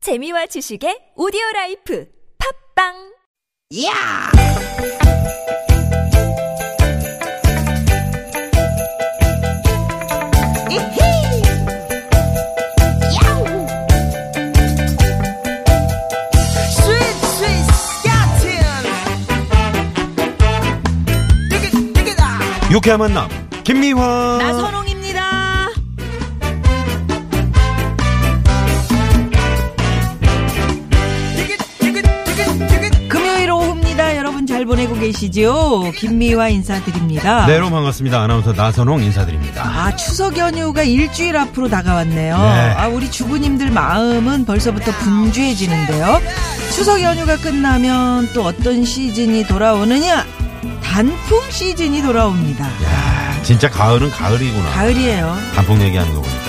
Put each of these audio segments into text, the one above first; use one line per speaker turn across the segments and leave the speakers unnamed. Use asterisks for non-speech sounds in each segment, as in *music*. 재미와 지식의 오디오 라이프 팝빵
야! 이히! 야우! 스윗, 스윗, 야틴! 디귿, 디귿아!
유쾌한 만남 김미화
나선홍입니다.
디귿, 디귿, 디귿, 디귿!
금요일 오후입니다. 여러분 잘 보내고 계시죠? 김미화 인사드립니다.
네, 여러분 반갑습니다 아나운서 나선홍 인사드립니다
아 추석 연휴가 일주일 앞으로 다가왔네요.
네.
아 우리 주부님들 마음은 벌써부터 분주해지는데요. 추석 연휴가 끝나면 또 어떤 시즌이 돌아오느냐? 단풍 시즌이 돌아옵니다.
야, 진짜 가을은 가을이구나
가을이에요.
단풍 얘기하는 거 보니까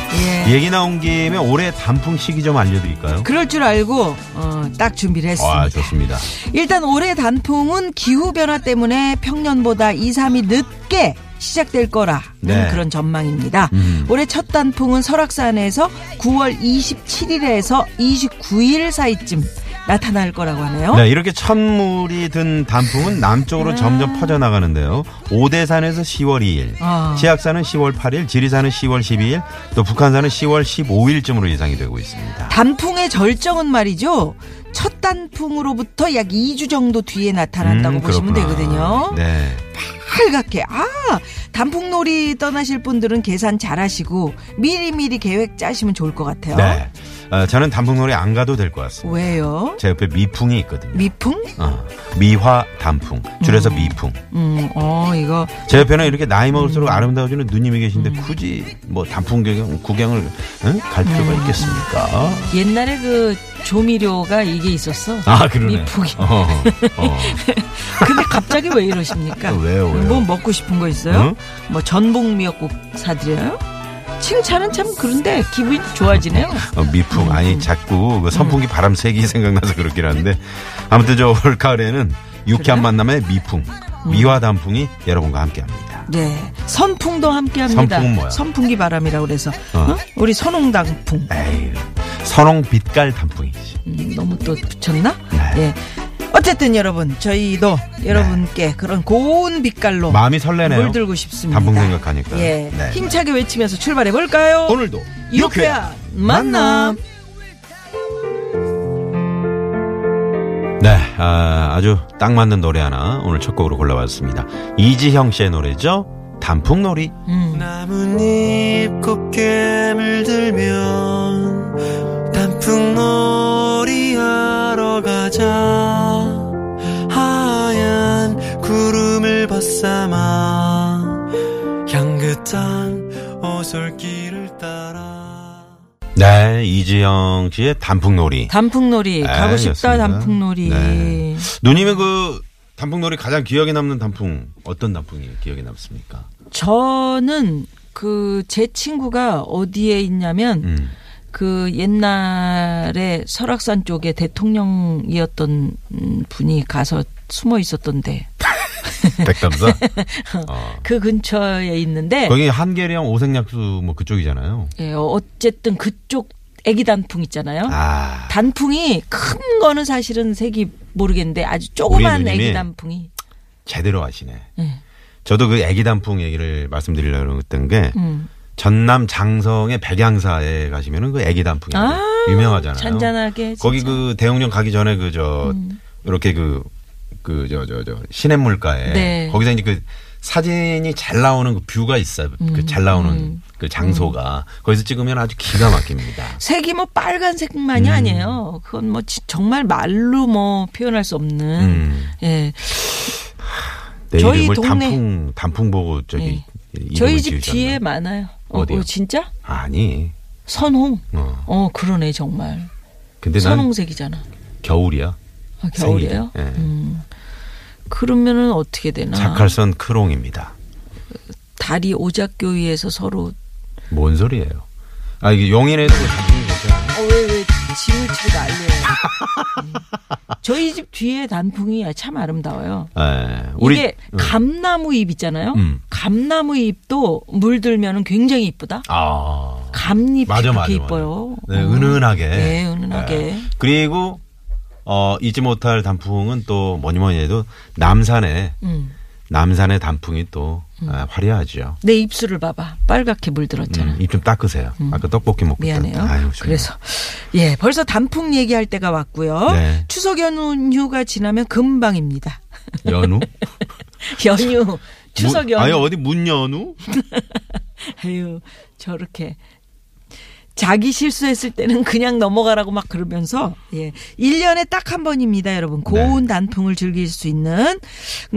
예.
얘기 나온 김에 올해 단풍 시기 좀 알려드릴까요?
그럴 줄 알고 어, 딱 준비를 했습니다.
아 좋습니다
일단 올해 단풍은 기후변화 때문에 평년보다 2, 3일 늦게 시작될 거라는
네.
그런 전망입니다.
음.
올해 첫 단풍은 설악산에서 9월 27일에서 29일 사이쯤 나타날 거라고 하네요.
네, 이렇게 천물이 든 단풍은 남쪽으로
음.
점점 퍼져나가는데요 오대산에서 10월 2일
아.
치악산은 10월 8일 지리산은 10월 12일 또 북한산은 10월 15일쯤으로 예상이 되고 있습니다
단풍의 절정은 말이죠. 첫 단풍으로부터 약 2주 정도 뒤에 나타난다고
음,
보시면
그렇구나.
되거든요.
네.
빨갛게 아 단풍놀이 떠나실 분들은 계산 잘하시고 미리미리 계획 짜시면 좋을 것 같아요.
네. 어, 저는 단풍놀이 안 가도 될 것 같습니다
왜요?
제 옆에 미풍이 있거든요
미풍?
어, 미화 단풍 줄여서 미풍
음, 어, 이거
제 옆에는 이렇게 나이
음.
먹을수록 아름다워지는 누님이 계신데 굳이 뭐 단풍 구경, 구경을 응? 갈 필요가
네.
있겠습니까?
옛날에 그 조미료가 이게 있었어.
아 그러네.
미풍이.
어, 어.
근데 갑자기 왜 이러십니까?
아, 왜요, 왜요?
뭐 먹고 싶은 거 있어요?
응?
뭐 전복 미역국 사드려요? 칭찬은 참 그런데 기분이 좋아지네요.
어, 미풍 아니 자꾸
네.
그 선풍기 바람 세기 *laughs* 생각나서 그렇긴 한데 아무튼 저 올 가을에는 유쾌한 만남의 미풍
음.
미화 단풍이 여러분과 함께합니다.
네. 선풍도 함께 합니다.
선풍은 뭐야?
기 바람이라고 그래서.
어. 네.
어? 우리 선홍당풍.
에이 선홍 빛깔 단풍이지.
음, 너무 또 붙였나?
네.
예. 어쨌든 여러분, 저희도 여러분께 그런 고운 빛깔로
마음이 설레네요.
물들고 싶습니다.
단풍 생각하니까.
예.
네.
힘차게 외치면서 출발해 볼까요?
오늘도
유쾌한 만남.
네, 아, 주딱 맞는 노래 하나 오늘 첫 곡으로 골라봤습니다. 이지형 씨의 노래죠. 단풍놀이.
나뭇잎 곱게 물들면 단풍놀이 하러 가자 하얀 구름을 벗삼아 향긋한 오솔길을 따라
네, 이지형 씨의 단풍놀이.
단풍놀이 가고 싶다
아니었습니다.
단풍놀이.
네. 누님의 그 단풍놀이 가장 기억에 남는 단풍 어떤 단풍이 기억에 남습니까?
저는 그 제 친구가 어디에 있냐면
음.
그 옛날에 설악산 쪽에 대통령이었던 음, 분이 가서 숨어 있었던데 *laughs*
백담사. 어.
그 근처에 있는데
거기 한계령 오색약수 뭐 그쪽이잖아요.
예, 어쨌든 그쪽 애기 단풍 있잖아요.
아.
단풍이 큰 거는 사실은 색이 모르겠는데 아주
우리
조그만
누님이
애기 단풍이
제대로 아시네.
네.
저도 그 애기 단풍 얘기를 말씀드리려고 했던 게
음.
전남 장성의 백양사에 가시면은 그 애기 단풍이
아,
유명하잖아요.
잔잔하게
거기
진짜. 음.
그 대용령 가기 전에 그 저 이렇게 그 그 저 저 저 시냇물가에
네.
거기서 이제 그 사진이 잘 나오는 그 뷰가 있어요.
음.
그 잘 나오는 그 장소가 거기서 찍으면 아주 기가 막힙니다.
색이 뭐 빨간색만이
음.
아니에요. 그건 뭐 지- 정말 말로 뭐 표현할 수 없는
음.
예.
내
저희
이름을
동네-
단풍 단풍 보고 저기
네.
이름을
저희 집
지으셨나?
뒤에 많아요. 어,
어디요?
어, 진짜?
아니.
선홍.
어.
어, 그러네 정말.
근데 난
선홍색이잖아.
겨울이야.
아, 겨울이에요?
생일이.
음. 아.
예.
그러면은 어떻게 되나?
자칼선 크롱입니다.
달이 오작교 위에서 서로
어, 뭔 소리예요? 아 이게 용인에도 그 단풍이 있잖아요.
*laughs* 어, 왜 왜 지우치고 난리예요. 음. 저희 집 뒤에 단풍이 참 아름다워요.
예, 우리
이게 감나무 잎 있잖아요.
음.
감나무 잎도 물들면 은 굉장히 이쁘다.
아 *laughs*
감잎이
맞아 맞아.
그렇게
맞아.
이뻐요.
네,
어.
은은하게.
네, 은은하게.
그리고 어 잊지 못할 단풍은 또 뭐니 뭐니 해도 남산에
음.
남산의 단풍이 또 아, 화려하죠.
내 입술을 봐봐. 빨갛게 물들었잖아.
입 좀 닦으세요. 아까 떡볶이 먹고
음. 미안해요.
있다. 음. 아유, 정말.
그래서 예, 벌써 단풍 얘기할 때가 왔고요.
네.
추석 연휴가 지나면 금방입니다. *laughs*
연우?
연휴, 추석 그
문- 뭐, 아니
연휴.
어디 문 연우?
아유, 저렇게 자기 실수했을 때는 그냥 넘어가라고 막 그러면서 예. 1년에 딱 한 번입니다,
네.
여러분. 고운 단풍을 즐길 수 있는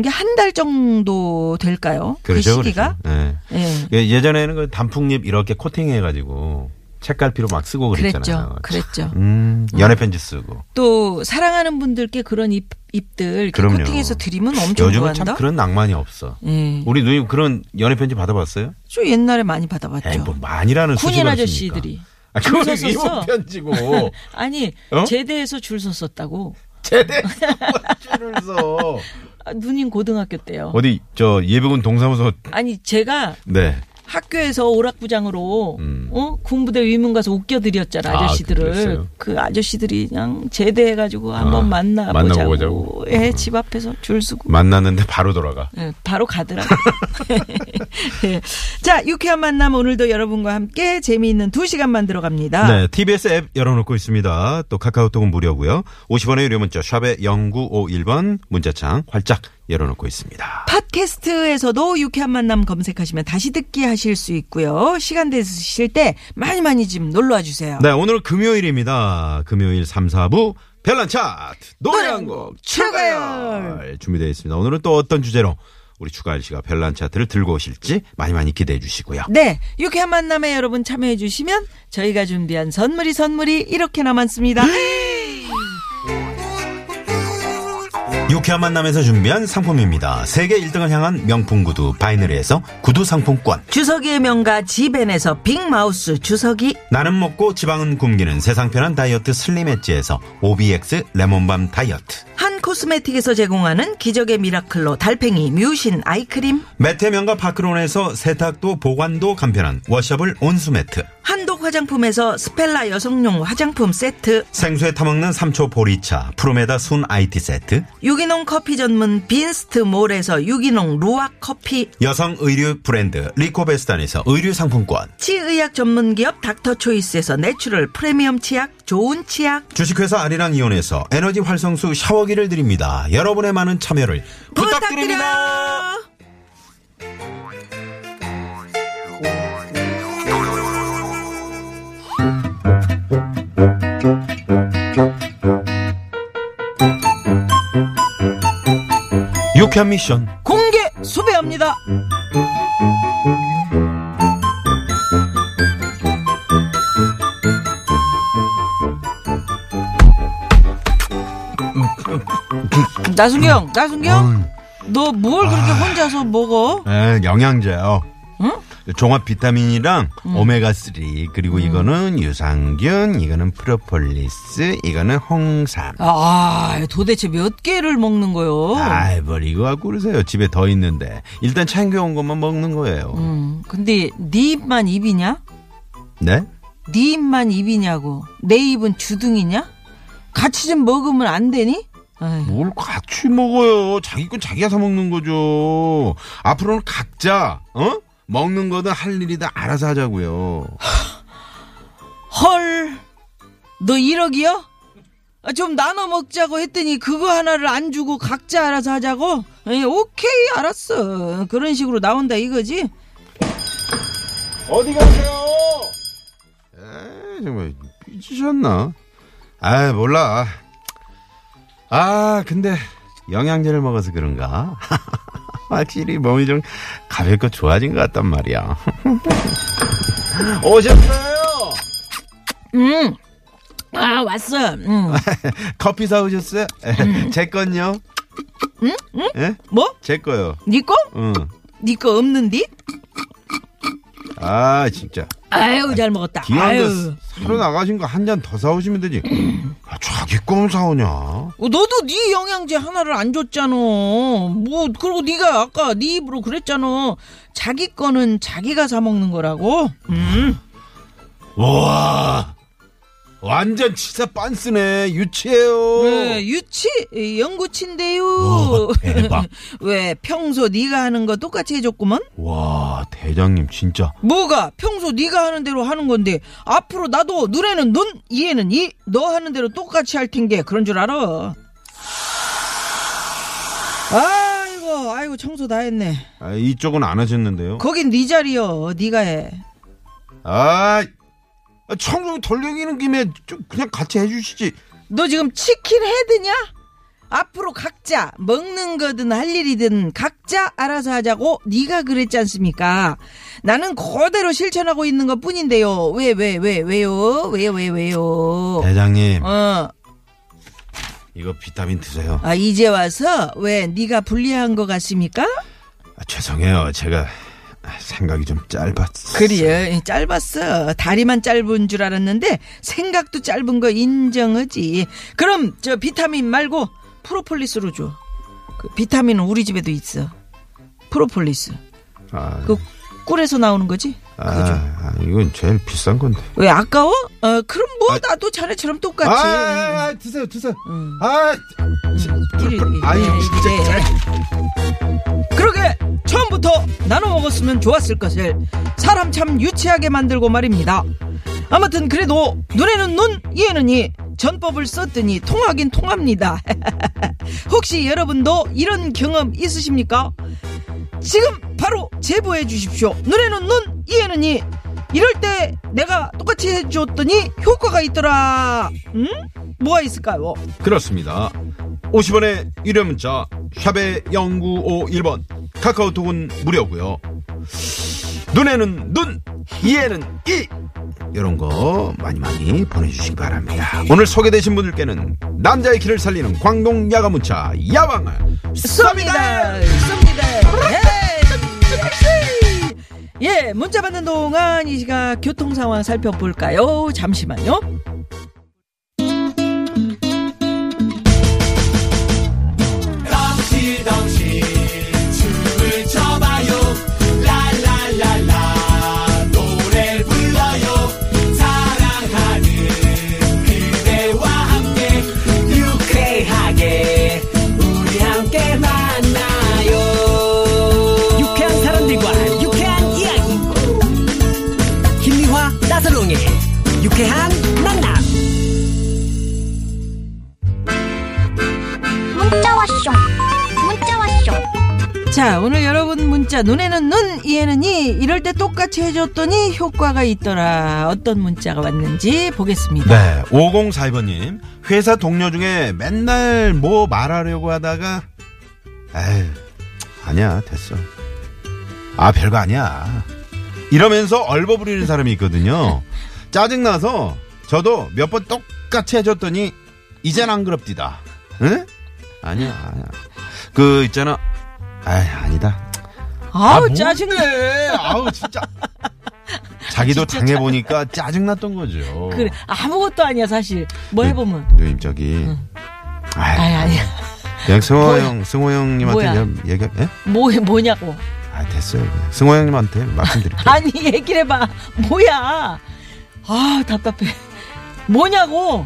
게 한 달 정도 될까요? 그 시기가?
그렇죠.
예.
예. 예. 전에는그 단풍잎 이렇게 코팅해가지고 책갈피로 막 쓰고 그랬잖아요.
그랬죠. 그랬죠.
음, 연애 편지 쓰고.
또 사랑하는 분들께 그런 잎, 잎들 이렇게
그럼요.
코팅해서 드리면 엄청
요즘은
좋아한다.
참 그런 낭만이 없어.
예.
우리 누님 그런 연애 편지 받아봤어요?
저 옛날에 많이 받아봤죠.
에이, 뭐 많이라는
군인
수식어를
아저씨들이
쓰니까. 아, 그건
줄 서서.
이모 편지고
아니
어?
제대해서 줄 섰었다고.
제대로 줄을
*laughs*
서.
아, 누님 고등학교 때요.
어디 저 예비군 동사무소
아니 제가
네.
학교에서 오락부장으로
음.
어? 군부대 위문 가서 웃겨드렸잖아
아,
아저씨들을
그랬어요? 아,
그 아저씨들이 그냥 제대해가지고 한번
만나보자고. 음.
만나보자고 예집 앞에서 줄 서고
만났는데 바로 돌아가.
예, 바로 가더라고. *laughs* 예. 자, 유쾌한 만남 오늘도 여러분과 함께 재미있는 두 시간 만들어 갑니다.
네, TBS 앱 열어놓고 있습니다. 또 카카오톡은 무료고요. 50원의 유료 문자 샵에 0951번 문자창 활짝 열어놓고 있습니다.
팟캐스트에서도 유쾌한 만남 검색하시면 다시 듣기 하실 수 있고요. 시간 되실 때 많이 많이 좀 놀러 와 주세요.
네, 오늘 금요일입니다. 금요일 3, 4부 별난 차트 노래
노래 한 곡,
한곡 추가열 아, 예, 준비되어 있습니다. 오늘은 또 어떤 주제로 우리 추가열 씨가 별난 차트를 들고 오실지 많이 많이 기대해 주시고요.
네, 유쾌한 만남에 여러분 참여해 주시면 저희가 준비한 선물이 선물이 이렇게 남았습니다.
유쾌한 만남에서 준비한 상품입니다. 세계 1등을 향한 명품 구두 바이너리에서 구두 상품권.
*gasps* 주석이의 명가 지벤에서 빅마우스 주석이
나는 먹고 지방은 굶기는 세상 편한 다이어트 슬림 엣지에서 OBX 레몬밤 다이어트.
한 코스메틱에서 제공하는 기적의 미라클로 달팽이 뮤신 아이크림
매태면과 파크론에서 세탁도 보관도 간편한 워셔블 온수 매트.
한독 화장품에서 스펠라 여성용 화장품 세트
생수에 타먹는 삼초 보리차 프로메다 순 IT 세트.
유기농 커피 전문 빈스트 몰에서 유기농 루아 커피
여성 의류 브랜드 리코베스탄에서 의류 상품권.
치의학 전문 기업 닥터 초이스에서 내추럴 프리미엄 치약 좋은 치약
주식회사 아리랑 이온에서 에너지 활성수 샤워기를 드립니다. 여러분의 많은 참여를 부탁드립니다.
부탁드려요.
유쾌한 미션.
공개 수배합니다. 나순경, 나순경, 너 뭘 그렇게 혼자서 먹어?
네, 영양제요. 종합 비타민이랑 오메가 3 그리고 이거는 유산균, 이거는 프로폴리스, 이거는 홍삼.
아, 도대체 몇 개를 먹는
어.
거요?
아이 버리고 와 그러세요. 집에 더 있는데 일단 챙겨온 것만 먹는 거예요.
음, 근데 네 입만 입이냐?
네?
네 입만 입이냐고? 내 입은 주둥이냐? 같이 좀 먹으면 안 되니? 아이.
뭘 같이 먹어요. 자기 건 자기가 사 먹는 거죠. 앞으로는 각자 어 먹는 거든 할 일이든 알아서 하자고요.
헐, 너 1억이요? 아, 좀 나눠 먹자고 했더니 그거 하나를 안 주고 각자 알아서 하자고? 에이, 오케이, 알았어. 그런 식으로 나온다 이거지?
어디 가세요? 에 정말 삐지셨나? 아 몰라. 아 근데 영양제를 먹어서 그런가? *laughs* 확실히 몸이 좀 가볍고 좋아진 것 같단 말이야. *laughs* 오셨어요?
응. 아, 왔어. 응.
커피 사오셨어요? *laughs* 제 건요? 응? 응?
뭐?
제 거요.
니꺼?
응.
니꺼 없는디?
아 진짜.
아유 잘 먹었다. 아유.
기왕 사러 나가신 거 한 잔 더 사오시면 되지. 아, 자기 껌 사오냐?
어, 너도 네 영양제 하나를 안 줬잖아. 뭐 그리고 네가 아까 네 입으로 그랬잖아. 자기 거는 자기가 사 먹는 거라고. 음.
와 완전 진짜 빤스네 유치해요.
네, 유치 영구친데요.
와, 어. 대박.
*laughs* 왜 평소 네가 하는 거 똑같이 해줬구먼?
와 대장님 진짜
뭐가 평소 네가 하는 대로 하는 건데 앞으로 나도 눈에는 눈, 이에는 이, 너 하는 대로 똑같이 할 텐게 그런 줄 알아. 아이고, 아이고 청소 다 했네.
아, 이쪽은 안 하셨는데요.
거긴 네 자리여, 네가 해.
아 아, 청소 덜렁이는 김에 좀 그냥 같이 해주시지.
너 지금 치킨 헤드냐? 앞으로 각자 먹는 거든 할 일이든 각자 알아서 하자고 네가 그랬지 않습니까? 나는 그대로 실천하고 있는 것 뿐인데요. 왜 왜 왜 왜, 요 왜요 왜 왜요?
네. 대장님
어.
이거 비타민 드세요.
아 이제 와서 왜 네가 불리한 것 같습니까?
아, 죄송해요 제가 생각이 좀 짧았어.
그래 예, 짧았어 다리만 짧은 줄 알았는데 생각도 짧은 거 인정하지 그럼 저 비타민 말고 프로폴리스로 줘그 비타민은 우리 집에도 있어 프로폴리스
아,
그 꿀에서 나오는 거지
아, 아, 이건 제일 비싼 건데.
왜 아까워? 어 그럼 뭐 나도 자네처럼 똑같이
아, 드세요, 드세요. 아,
이리, 이리,
아이,
이리,
진짜.
이리. 그러게 처음부터 나눠 먹었으면 좋았을 것을 사람 참 유치하게 만들고 말입니다. 아무튼 그래도 눈에는 눈, 이에는 이 전법을 썼더니 통하긴 통합니다. *laughs* 혹시 여러분도 이런 경험 있으십니까? 지금 바로 제보해 주십시오. 눈에는 눈, 이에는 이. 이럴 때 내가 똑같이 해줬더니 효과가 있더라. 응? 뭐가 있을까요?
그렇습니다. 50원의 유료 문자 샵의 0951번 카카오톡은 무료고요. 눈에는 눈, 이에는 이 이런 거 많이 많이 보내주시기 바랍니다. 오늘 소개되신 분들께는 남자의 길을 살리는 광동 야간 문자 야왕을
쏩니다. 쏩니다. 예. 예, 문자 받는 동안 이 시각 교통 상황 살펴볼까요? 잠시만요.
유쾌한 사람들과 유쾌한 이야기 김미화 나선롱의 유쾌한 만남
문자 왔쇼 문자 왔쇼
자, 오늘 여러분 문자 눈에는 눈, 이에는 이 이럴 때 똑같이 해줬더니 효과가 있더라. 어떤 문자가 왔는지 보겠습니다.
네, 5042번님. 회사 동료 중에 맨날 뭐 말하려고 하다가, 에휴, 아니야, 됐어. 아, 별거 아니야. 이러면서 얼버무리는 사람이 있거든요. 짜증나서 저도 몇 번 똑같이 해줬더니, 이젠 안 그럽디다. 응? 아니야, 아니야. 그, 있잖아. 아 아니다.
아우
아,
짜증나.
뭔데? 아우, 진짜. 자기도
진짜
당해보니까 짜증났던 거죠.
그래 아무것도 아니야 사실. 뭐
누-
해보면.
누님 네. 저기 아이,
아니 아니야.
그냥 승호
뭐야?
형 승호 형님한테
뭐야?
그냥 얘기 예?
뭐 뭐냐고.
아 됐어요 그냥. 승호 형님한테 말씀드릴게요
*laughs* 아니 얘기를 해봐 뭐야 아 답답해 뭐냐고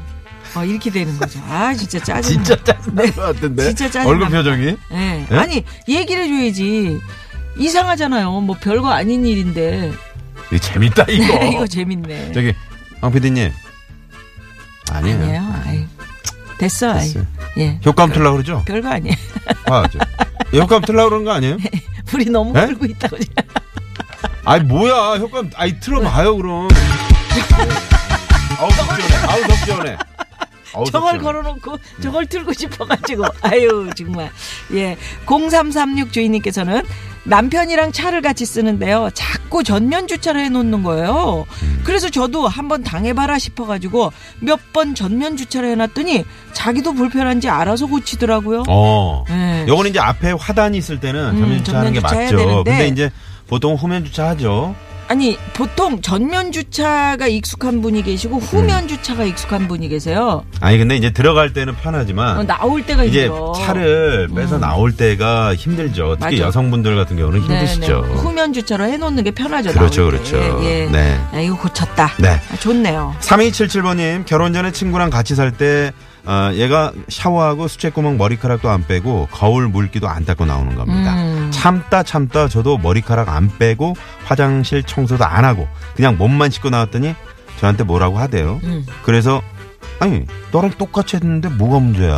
아 이렇게 되는 거죠 아 진짜 짜증
짜증날 것 같은데
네. 진짜 짜증나.
얼굴 표정이
예
예?
아니 얘기를 해줘야지 이상하잖아요 뭐 별거 아닌 일인데
이거 재밌다
*laughs*
이거
이거 뭐? 재밌네
저기 황 PD님 아니에요
아니에요 아이, 됐어 아이.
됐어요.
예
효과음 틀라 그러죠
별거 아니에요 *laughs*
아, 저, 효과음 틀라 그러는 거 아니에요
불이 너무
예?
끌고 있다고
아이 뭐야 효과음 아이 틀어봐요
*laughs*
그럼 아우 덥지원해 아우 덥지원해 아우, 예.
저걸
덥지원해.
걸어놓고 저걸 틀고 싶어가지고 *laughs* 아유 정말 예 0336 주인님께서는 남편이랑 차를 같이 쓰는데요 자꾸 전면 주차를 해놓는 거예요
음.
그래서 저도 한번 당해봐라 싶어가지고 몇 번 전면 주차를 해놨더니 자기도 불편한지 알아서 고치더라고요
어
예.
요건 이제 앞에 화단이 있을 때는
음,
전면 주차하는 게
전면 주차해야
맞죠.
되는데.
근데 이제 보통 후면 주차하죠.
아니 보통 전면 주차가 익숙한 분이 계시고
음.
후면 주차가 익숙한 분이 계세요.
아니 근데 이제 들어갈 때는 편하지만
어, 나올 때가
아, 이제
힘들어. 음.
차를 빼서 나올 때가 힘들죠. 특히
맞아.
여성분들 같은 경우는 힘드시죠.
네네. 후면 주차로 해놓는 게 편하죠.
그렇죠,
나올 때.
그렇죠.
네, 예, 예.
네.
아, 이거 고쳤다.
네.
아, 좋네요.
3277번님, 결혼 전에 친구랑 같이 살 때, 어, 얘가 샤워하고 수채구멍 머리카락도 안 빼고 거울 물기도 안 닦고 나오는 겁니다.
음.
참다 참다 저도 머리카락 안 빼고 화장실 청소도 안 하고 그냥 몸만 씻고 나왔더니 저한테 뭐라고 하대요.
음.
그래서, 아니, 너랑 똑같이 했는데 뭐가 문제야.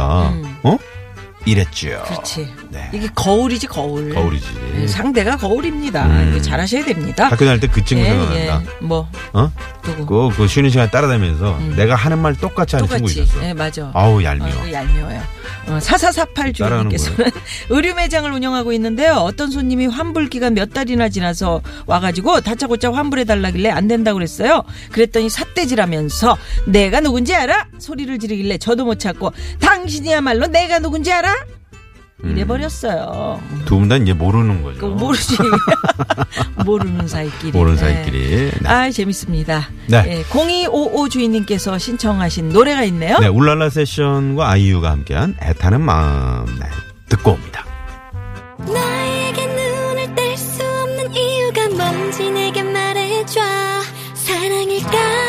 어? 이랬죠.
음. 그렇지.
네.
이게 거울이지 거울.
거울이지.
예, 상대가 거울입니다.
음.
이거 잘하셔야 됩니다.
학교 다닐 때 그 친구
예,
생각난다.
예. 뭐
어?
누구?
그, 그 쉬는 시간에 따라다니면서 내가 하는 말 똑같이 하는 그 친구
똑같이.
있었어.
예, 맞아.
아우, 얄미워. 그
아이고, 네. 얄미워요. 어, 4448
따라하는
주인님께서는 *laughs* 의류 매장을 운영하고 있는데요. 어떤 손님이 환불 기간 몇 달이나 지나서 와가지고 다짜고짜 환불해 달라길래 안 된다고 그랬어요. 그랬더니 삿대질하면서 내가 누군지 알아? 소리를 지르길래 저도 못 찾고 당신이야말로 내가 누군지 알아? 이래 버렸어요.
두 분 다 이제 모르는 거죠.
그 모르지. *laughs* 모르는 사이끼리.
모르는
네.
사이끼리. 네.
아, 재밌습니다.
네.
예, 0255 주인님께서 신청하신 노래가 있네요.
네, 울랄라 세션과 아이유가 함께한 애타는 마음 네, 듣고 옵니다.
나에게 눈을 뗄 수 없는 이유가 뭔지 내게 말해줘 사랑일까